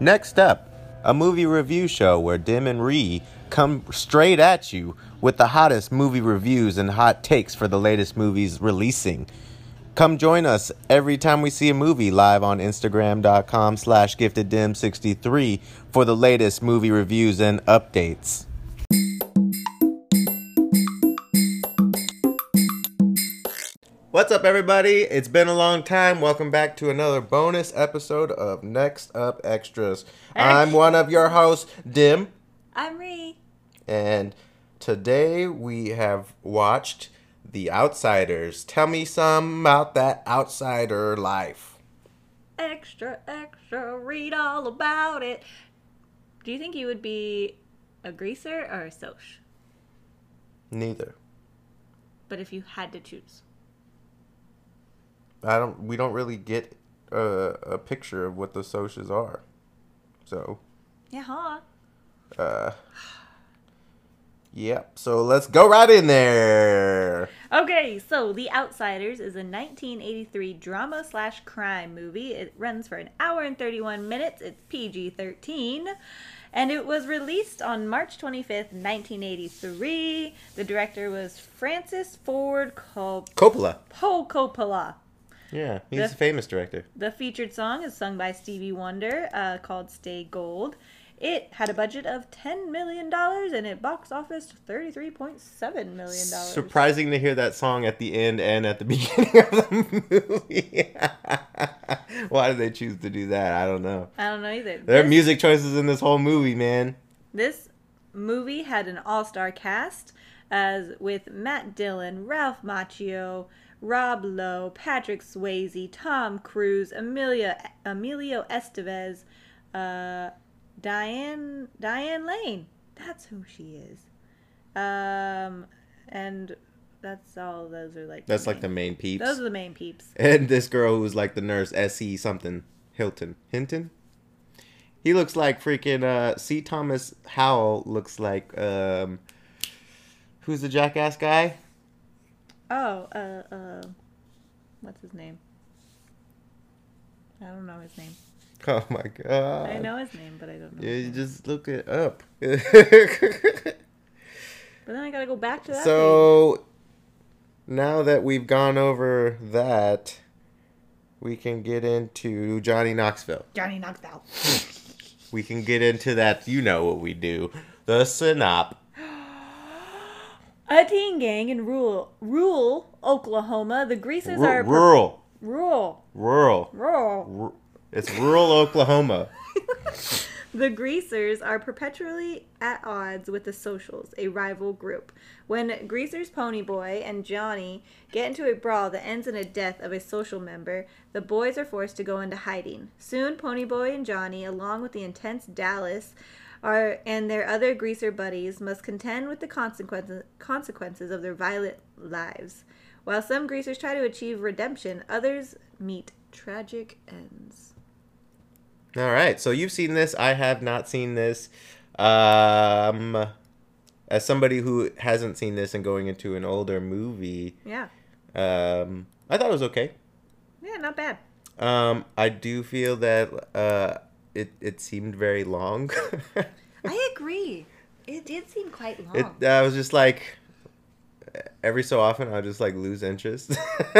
Next up, a movie review show where Dim and Ree come straight at you with the hottest movie reviews and hot takes for the latest movies releasing. Come join us every time we see a movie live on Instagram.com slash gifteddim63 for the latest movie reviews and updates. What's up, everybody? It's been a long time. Welcome back to another bonus episode of Next Up Extras. I'm one of your hosts, Dim, I'm Ree. and today we have watched The Outsiders. Tell me some about that outsider life. Extra, extra, read all about it. Do you think you would be a greaser or a soch? Neither. But if you had to choose, I don't. We don't really get a, a picture of what the socias are. So, yeah, huh? yep. So let's go right in there. Okay, so The Outsiders is a 1983 drama slash crime movie. It runs for an hour and 31 minutes. It's PG 13. And it was released on March 25th, 1983. The director was Francis Ford Cop- Coppola. Coppola. Yeah, he's The- a famous director. The featured song is sung by Stevie Wonder, uh, called "Stay Gold." It had a budget of ten million dollars and it box office thirty-three point seven million dollars. Surprising to hear that song at the end and at the beginning of the movie. Why did they choose to do that? I don't know. I don't know either. There are This- music choices in this whole movie, man. This movie had an all-star cast as with Matt Dillon, Ralph Macchio, Rob Lowe, Patrick Swayze, Tom Cruise, Amelia Emilio Estevez, uh, Diane Diane Lane. That's who she is. Um, and that's all. Those are like That's like the main- main peeps. those are the main peeps. And this girl who's like the nurse, S.E. something, Hilton. Hinton? He looks like freaking uh, C. Thomas Howell looks like um, who's the jackass guy? Oh, uh, uh, what's his name? I don't know his name. Oh my god! I know his name, but I don't know. Yeah, his you name. just look it up. But then I gotta go back to that. so now that we've gone over that, we can get into Johnny Knoxville. page. Johnny knocked out. We can get into that. You know what we do? The synop. A teen gang in rural, rural Oklahoma. The Greases are Ru- rural. rural, Rural. rural. Ru- It's rural Oklahoma. The Greasers are perpetually at odds with the Socials, a rival group. When Greasers Ponyboy and Johnny get into a brawl that ends in a death of a social member, the boys are forced to go into hiding. Soon, Ponyboy and Johnny, along with the intense Dallas, are and their other greaser buddies must contend with the consequences consequences of their violent lives. While some greasers try to achieve redemption, others meet tragic ends. All right. So you've seen this. I have not seen this. Um, as somebody who hasn't seen this and going into an older movie, Yeah. um, I thought it was okay. Yeah, not bad. Um, I do feel that uh, it it seemed very long. I agree. It did seem quite long. it I was just like every so often I would just like lose interest.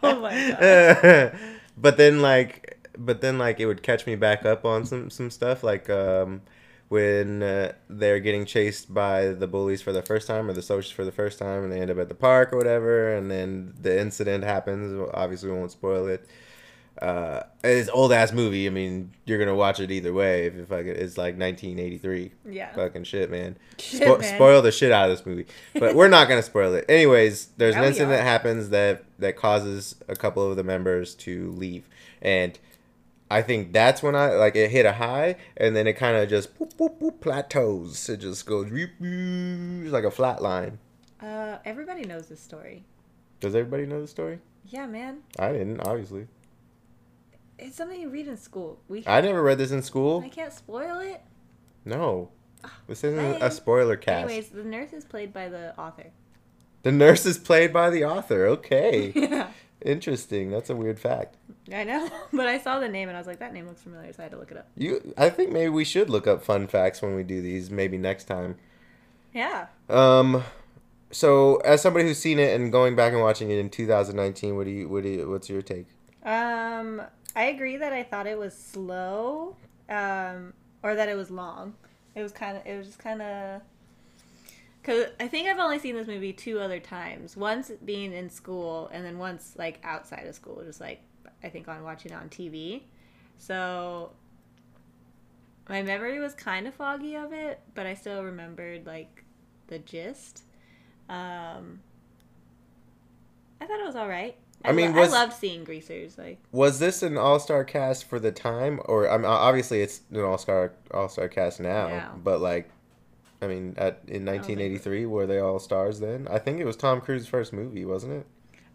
Oh my but then like but then like it would catch me back up on some some stuff like um when uh, they're getting chased by the bullies for the first time or the socials for the first time and they end up at the park or whatever and then the incident happens obviously we won't spoil it uh it's old ass movie i mean you're gonna watch it either way if, if I could, it's like 1983 Yeah. fucking shit man Shit, Spo- man. spoil the shit out of this movie but we're not gonna spoil it anyways there's Now an we incident are. that happens that that causes a couple of the members to leave and i think that's when i like it hit a high and then it kind of just boop, boop, boop, plateaus it just goes whoop, whoop, it's like a flat line Uh, everybody knows this story. does everybody know the story Yeah, man. i didn't obviously It's something you read in school. We i never read this in school I can't spoil it. no this isn't a man. spoiler cast Anyways, the nurse is played by the author. the nurse is played by the author okay Yeah. interesting that's a weird fact I know, but I saw the name and I was like, that name looks familiar, so I had to look it up. You, I think maybe we should look up fun facts when we do these. Maybe next time. Yeah. Um, so as somebody who's seen it and going back and watching it in 2019, what do you, what do you, what's your take? Um, I agree that I thought it was slow, um, or that it was long. It was kind of, it was just kind of, cause I think I've only seen this movie two other times. Once being in school, and then once like outside of school, just like I think on watching it on TV. So my memory was kind of foggy of it, but I still remembered like the gist. Um, I thought it was all right. I, I mean, lo- was- I loved seeing greasers. Like Was this an all star cast for the time, or I'm obviously it's an all star all star cast now, Now. but like, I mean, at in 1983, were they all stars then? I think it was Tom Cruise's first movie, wasn't it?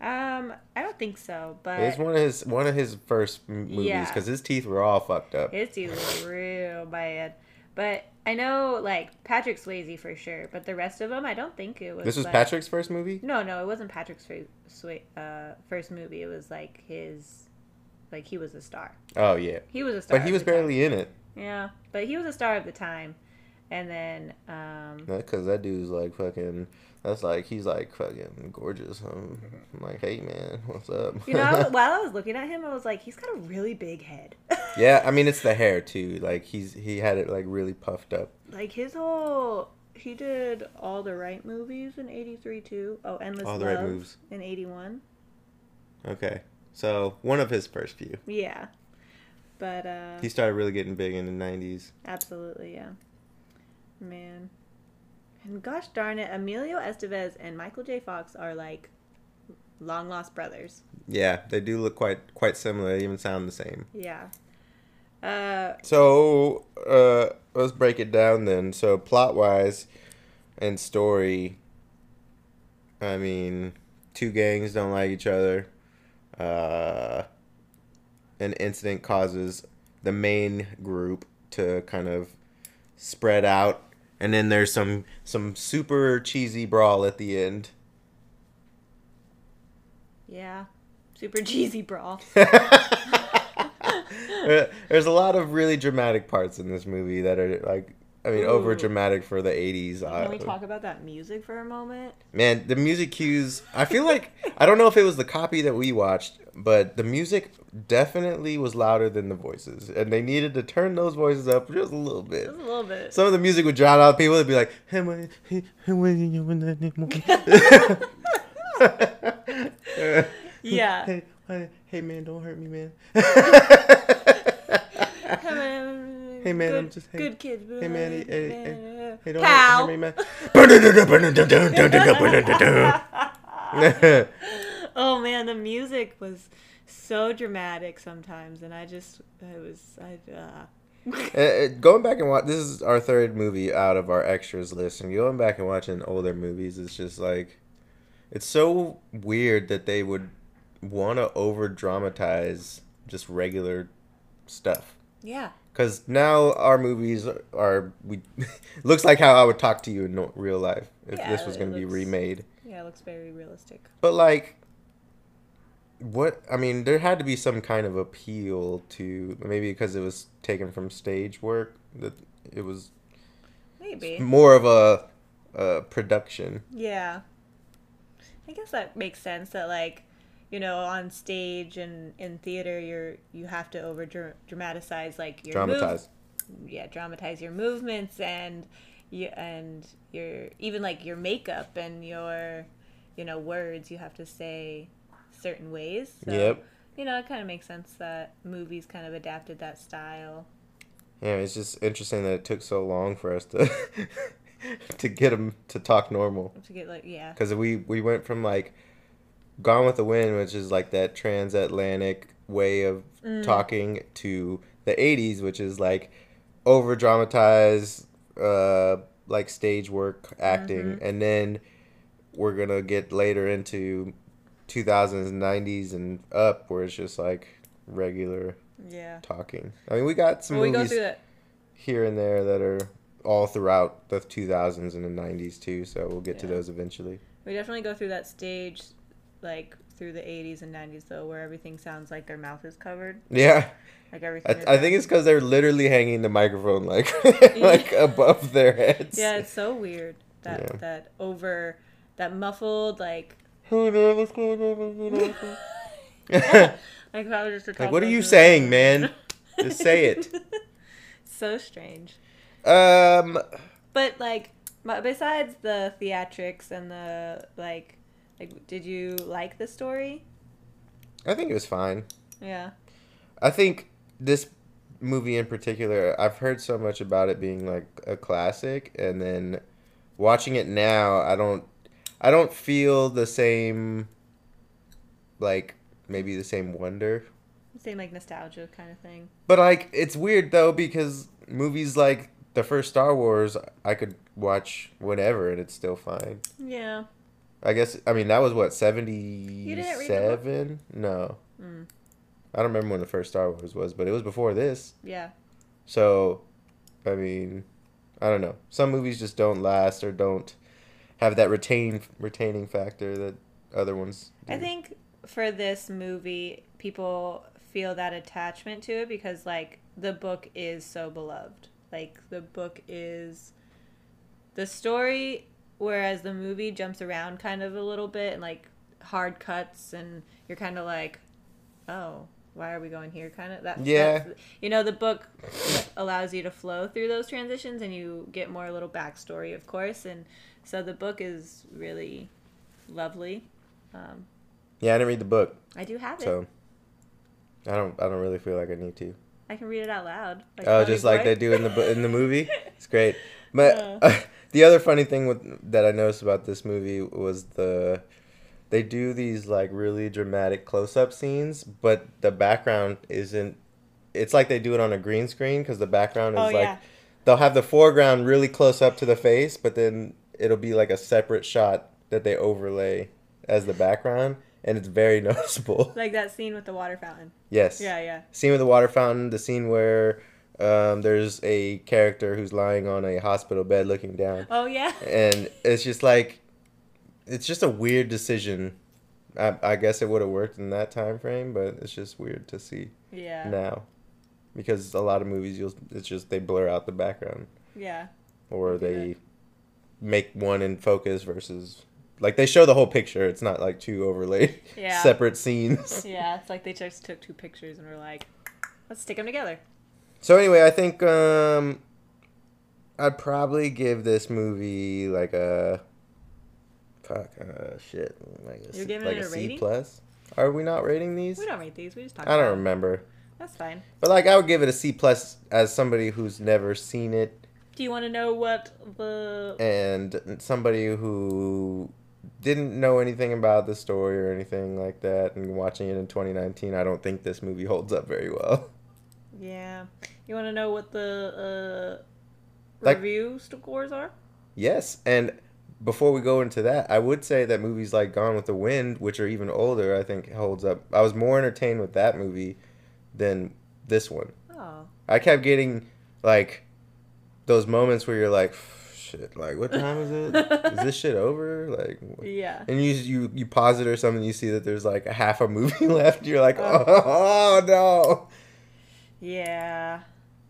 Um, I don't think so, but It was one of his one of his first m- movies Yeah. because his teeth were all fucked up. his teeth were real bad. But I know like Patrick Swayze for sure, but the rest of them, I don't think it was. This was like- Patrick's first movie. No, no, it wasn't Patrick's fir- Sway- uh, first movie. It was like his, like he was a star. Oh yeah, He was a star. but he of was the time. barely in it Yeah, but he was a star of the time, and then um, because uh, that dude's like fucking. That's like he's like fucking gorgeous. I'm, I'm like, hey man, what's up? you know, I was- while I was looking at him, I was like, he's got a really big head. yeah, I mean it's the hair too. Like he's he had it like really puffed up. Like his whole he did all the right movies in '83 too. Oh, Endless All the Love Right Moves. in '81. Okay, so one of his first few. Yeah, but uh, He started really getting big in the '90s. absolutely, yeah, man. And gosh darn it, Emilio Estevez and Michael J. Fox are like long lost brothers. Yeah, they do look quite quite similar. They even sound the same. Yeah. Uh, So uh, let's break it down then. So plot wise and story, I mean, two gangs don't like each other. Uh, an incident causes the main group to kind of spread out, and then there's some some super cheesy brawl at the end. yeah. Super cheesy brawl. There- There's a lot of really dramatic parts in this movie that are like, I mean, Ooh. over dramatic for the '80s. Can we uh, talk about that music for a moment? Man, the music cues. I feel like I don't know if it was the copy that we watched, but the music definitely was louder than the voices, and they needed to turn those voices up just a little bit. Just a little bit. Some of the music would drown out people. It'd be like, Yeah. Hey, why- hey man, don't hurt me, man. Hey man, Hey, man, good, I'm just- hey- good kid. hey, man, hey, hey, hey, don't Pow. hurt me, man. oh man, the music was so dramatic sometimes, and I just I was I. Uh... Uh, uh, going back and watch this is our third movie out of our extras list, and going back and watching older movies is just like, it's so weird that they would want to over dramatize just regular stuff. yeah. Because now our movies are we looks like how I would talk to you in no- real life if Yeah, this was it going to be looks- remade. Yeah, it looks very realistic. But like, what I mean, there had to be some kind of appeal to maybe because it was taken from stage work that it was Maybe. more of a, a production. Yeah. I guess that makes sense that like, you know, on stage and in theater, you're you have to over dra- dramatize like your moves- Dramatized. yeah dramatize your movements and you and your even like your makeup and your you know words you have to say certain ways so, Yep. you know it kind of makes sense that movies kind of adapted that style Yeah, it's just interesting that it took so long for us to to get them to talk normal. to get like yeah because we we went from like Gone with the Wind, which is like that transatlantic way of Mm. talking, to the '80s, which is like over dramatized, uh, like stage work acting, Mm-hmm. and then we're gonna get later into 2000s, 90s, and up, where it's just like regular yeah talking. I mean, we got some well, we go movies through that here and there that are all throughout the 2000s and the 90s too, so we'll get to Yeah. those eventually. we definitely go through that stage like through the 80s and 90s though, where everything sounds like their mouth is covered, Yeah. like everything. I, is I think it's because they're literally hanging the microphone like like above their heads. Yeah, it's so weird that Yeah. that over that muffled like Who knows what's going on? Who knows what's going on? like if I was just a like, what are toddler you doing- saying, man? Just say it. so strange. Um, But like my- besides the theatrics and the like like did you like the story? I think it was fine. Yeah. I think this movie in particular, I've heard so much about it being like a classic, and then watching it now, I don't, I don't feel the same, like maybe the same wonder. Same like nostalgia kind of thing. But like, it's weird though because movies like the first Star Wars, I could watch whenever and it's still fine. Yeah. I guess I mean that was what read the book? seventy-seven. No, Mm. I don't remember when the first Star Wars was, but it was before this. Yeah. So, I mean, I don't know. Some movies just don't last or don't have that retain retaining factor that other ones. I do. think for this movie people feel that attachment to it because like the book is so beloved. Like the book is the story whereas the movie jumps around kind of a little bit and like hard cuts and you're kind of like oh why are we going here kind of that Yeah. that's- you know the book allows you to flow through those transitions and you get more little backstory of course and so the book is really lovely um, Yeah, I didn't read the book, i do have it so I don't. I don't really feel like I need to. i can read it out loud like Oh, Tommy just like Boy. they do in the bo- in the movie. It's great. But Yeah. the other funny thing with, that I noticed about this movie was the they do these like really dramatic close-up scenes, but the background isn't. It's like they do it on a green screen because the background is oh like yeah they'll have the foreground really close up to the face, but then it'll be like a separate shot that they overlay as the background, and it's very noticeable. like that scene with the water fountain Yes yeah yeah scene with the water fountain, the scene where um, there's a character who's lying on a hospital bed looking down, oh yeah and it's just like, it's just a weird decision. I, I guess it would have worked in that time frame, but it's just weird to see yeah now, because a lot of movies you'll it's just they blur out the background yeah or They do they make one in focus versus like they show the whole picture. It's not like two overlaid Yeah. separate scenes. yeah it's like they just took two pictures and were like let's stick them together So anyway, I think um I'd probably give this movie like a fuck uh, shit like a, You're C- giving like it a a C rating? plus. Are we not rating these? we don't rate these we just talk I don't about them. remember, that's fine but like I would give it a C plus as somebody who's never seen it Do you want to know what the and somebody who didn't know anything about the story or anything like that and watching it in 2019 i don't think this movie holds up very well yeah? You want to know what the uh, Like- review scores are? Yes, and before we go into that, I would say that movies like Gone with the Wind, which are even older, I think holds up. I was more entertained with that movie than this one. Oh, I kept getting like those moments where you're like, "Shit, like what time is it? is this shit over?" Like, wh- yeah. and you you you pause it or something, you see that there's like a half a movie left. You're like, Oh. "Oh, oh no!" Yeah,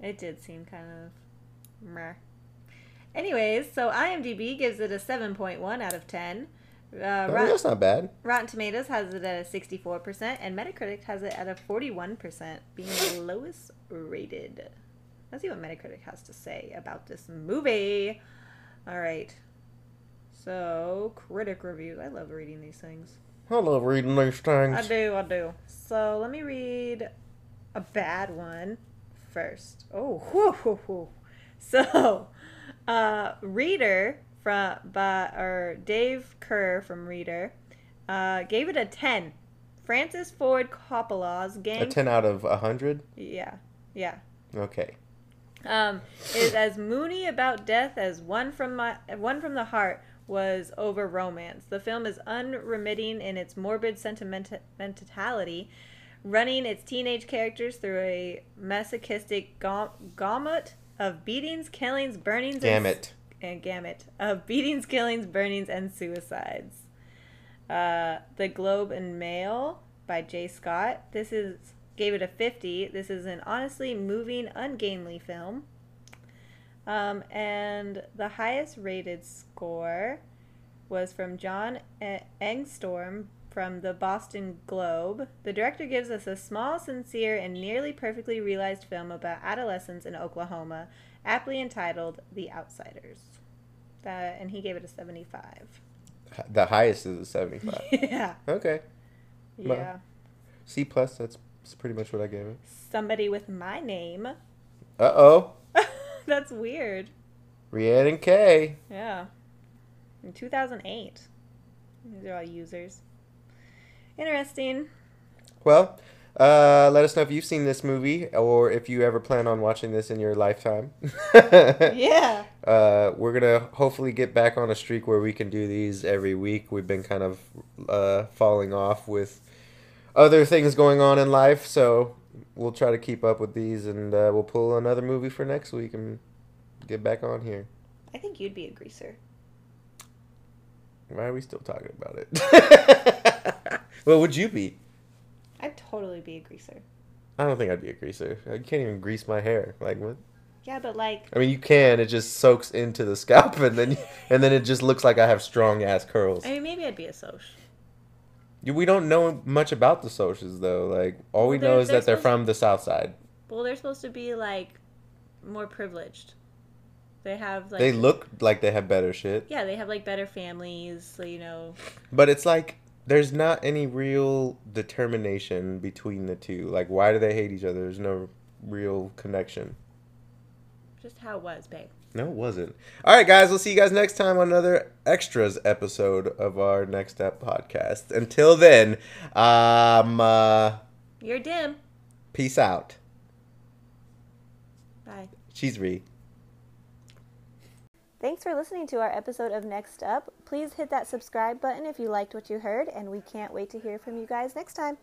it did seem kind of meh. Anyways, so IMDb gives it a 7.1 out of 10. Uh, I mean, Rot- that's not bad. Rotten Tomatoes has it at a 64%, and Metacritic has it at a 41%, being the lowest rated. Let's see what Metacritic has to say about this movie. All right. So, critic reviews. I love reading these things. I love reading these I things. do, I do. So, let me read a bad one first. Oh, whoo, whoo, whoo. So, uh, Reader from by or Dave Kerr from Reader uh, gave it a ten. Francis Ford Coppola's A gang, ten out of a hundred. yeah, yeah, Okay. um, is as moony about death as one from my one from the heart was over romance. The film is unremitting in its morbid sentimentality, running its teenage characters through a masochistic gam- gamut of beatings, killings, burnings, Damn and it. and gamut of beatings, killings, burnings, and suicides. uh, The Globe and Mail by Jay Scott. This is gave it a 50. This is an honestly moving, ungainly film. Um, and the highest rated score was from John E- Engstorm from the Boston Globe. The director gives us a small, sincere, and nearly perfectly realized film about adolescence in Oklahoma, aptly entitled The Outsiders. That, and he gave it a 75. H- The highest is a 75. yeah. okay. Well. Yeah. C plus, that's, that's pretty much what I gave it. Somebody with my name. Uh oh. That's weird. Rhiannon K. Yeah. In 2008. These are all users. Interesting. Well, uh, let us know if you've seen this movie or if you ever plan on watching this in your lifetime. Yeah. Uh, we're gonna hopefully get back on a streak where we can do these every week. We've been kind of uh, falling off with other things going on in life, so we'll try to keep up with these, and uh, we'll pull another movie for next week and get back on here. I think you'd be a greaser. Why are we still talking about it? what would you be? I'd totally be a greaser. I don't think I'd be a greaser. I can't even grease my hair. Like what? Yeah, but like, I mean, you can. It just soaks into the scalp, and then and then it just looks like I have strong ass curls. I mean, maybe I'd be a soch. Yeah, We don't know much about the socials though. Like all we Well, know they're- is that they're they're from the South Side. Well, they're supposed to be like more privileged. They have like they look like they have better shit, Yeah, they have like better families. So, you know, but it's like there's not any real determination between the two. Like why do they hate each other? There's no real connection. just how it was, babe. No, it wasn't. All right, guys. We'll see you guys next time on another extras episode of our Next Step podcast. Until then, um, uh, You're dim. peace out. Bye. She's Ree. Thanks for listening to our episode of Next Up. Please hit that subscribe button if you liked what you heard, and we can't wait to hear from you guys next time.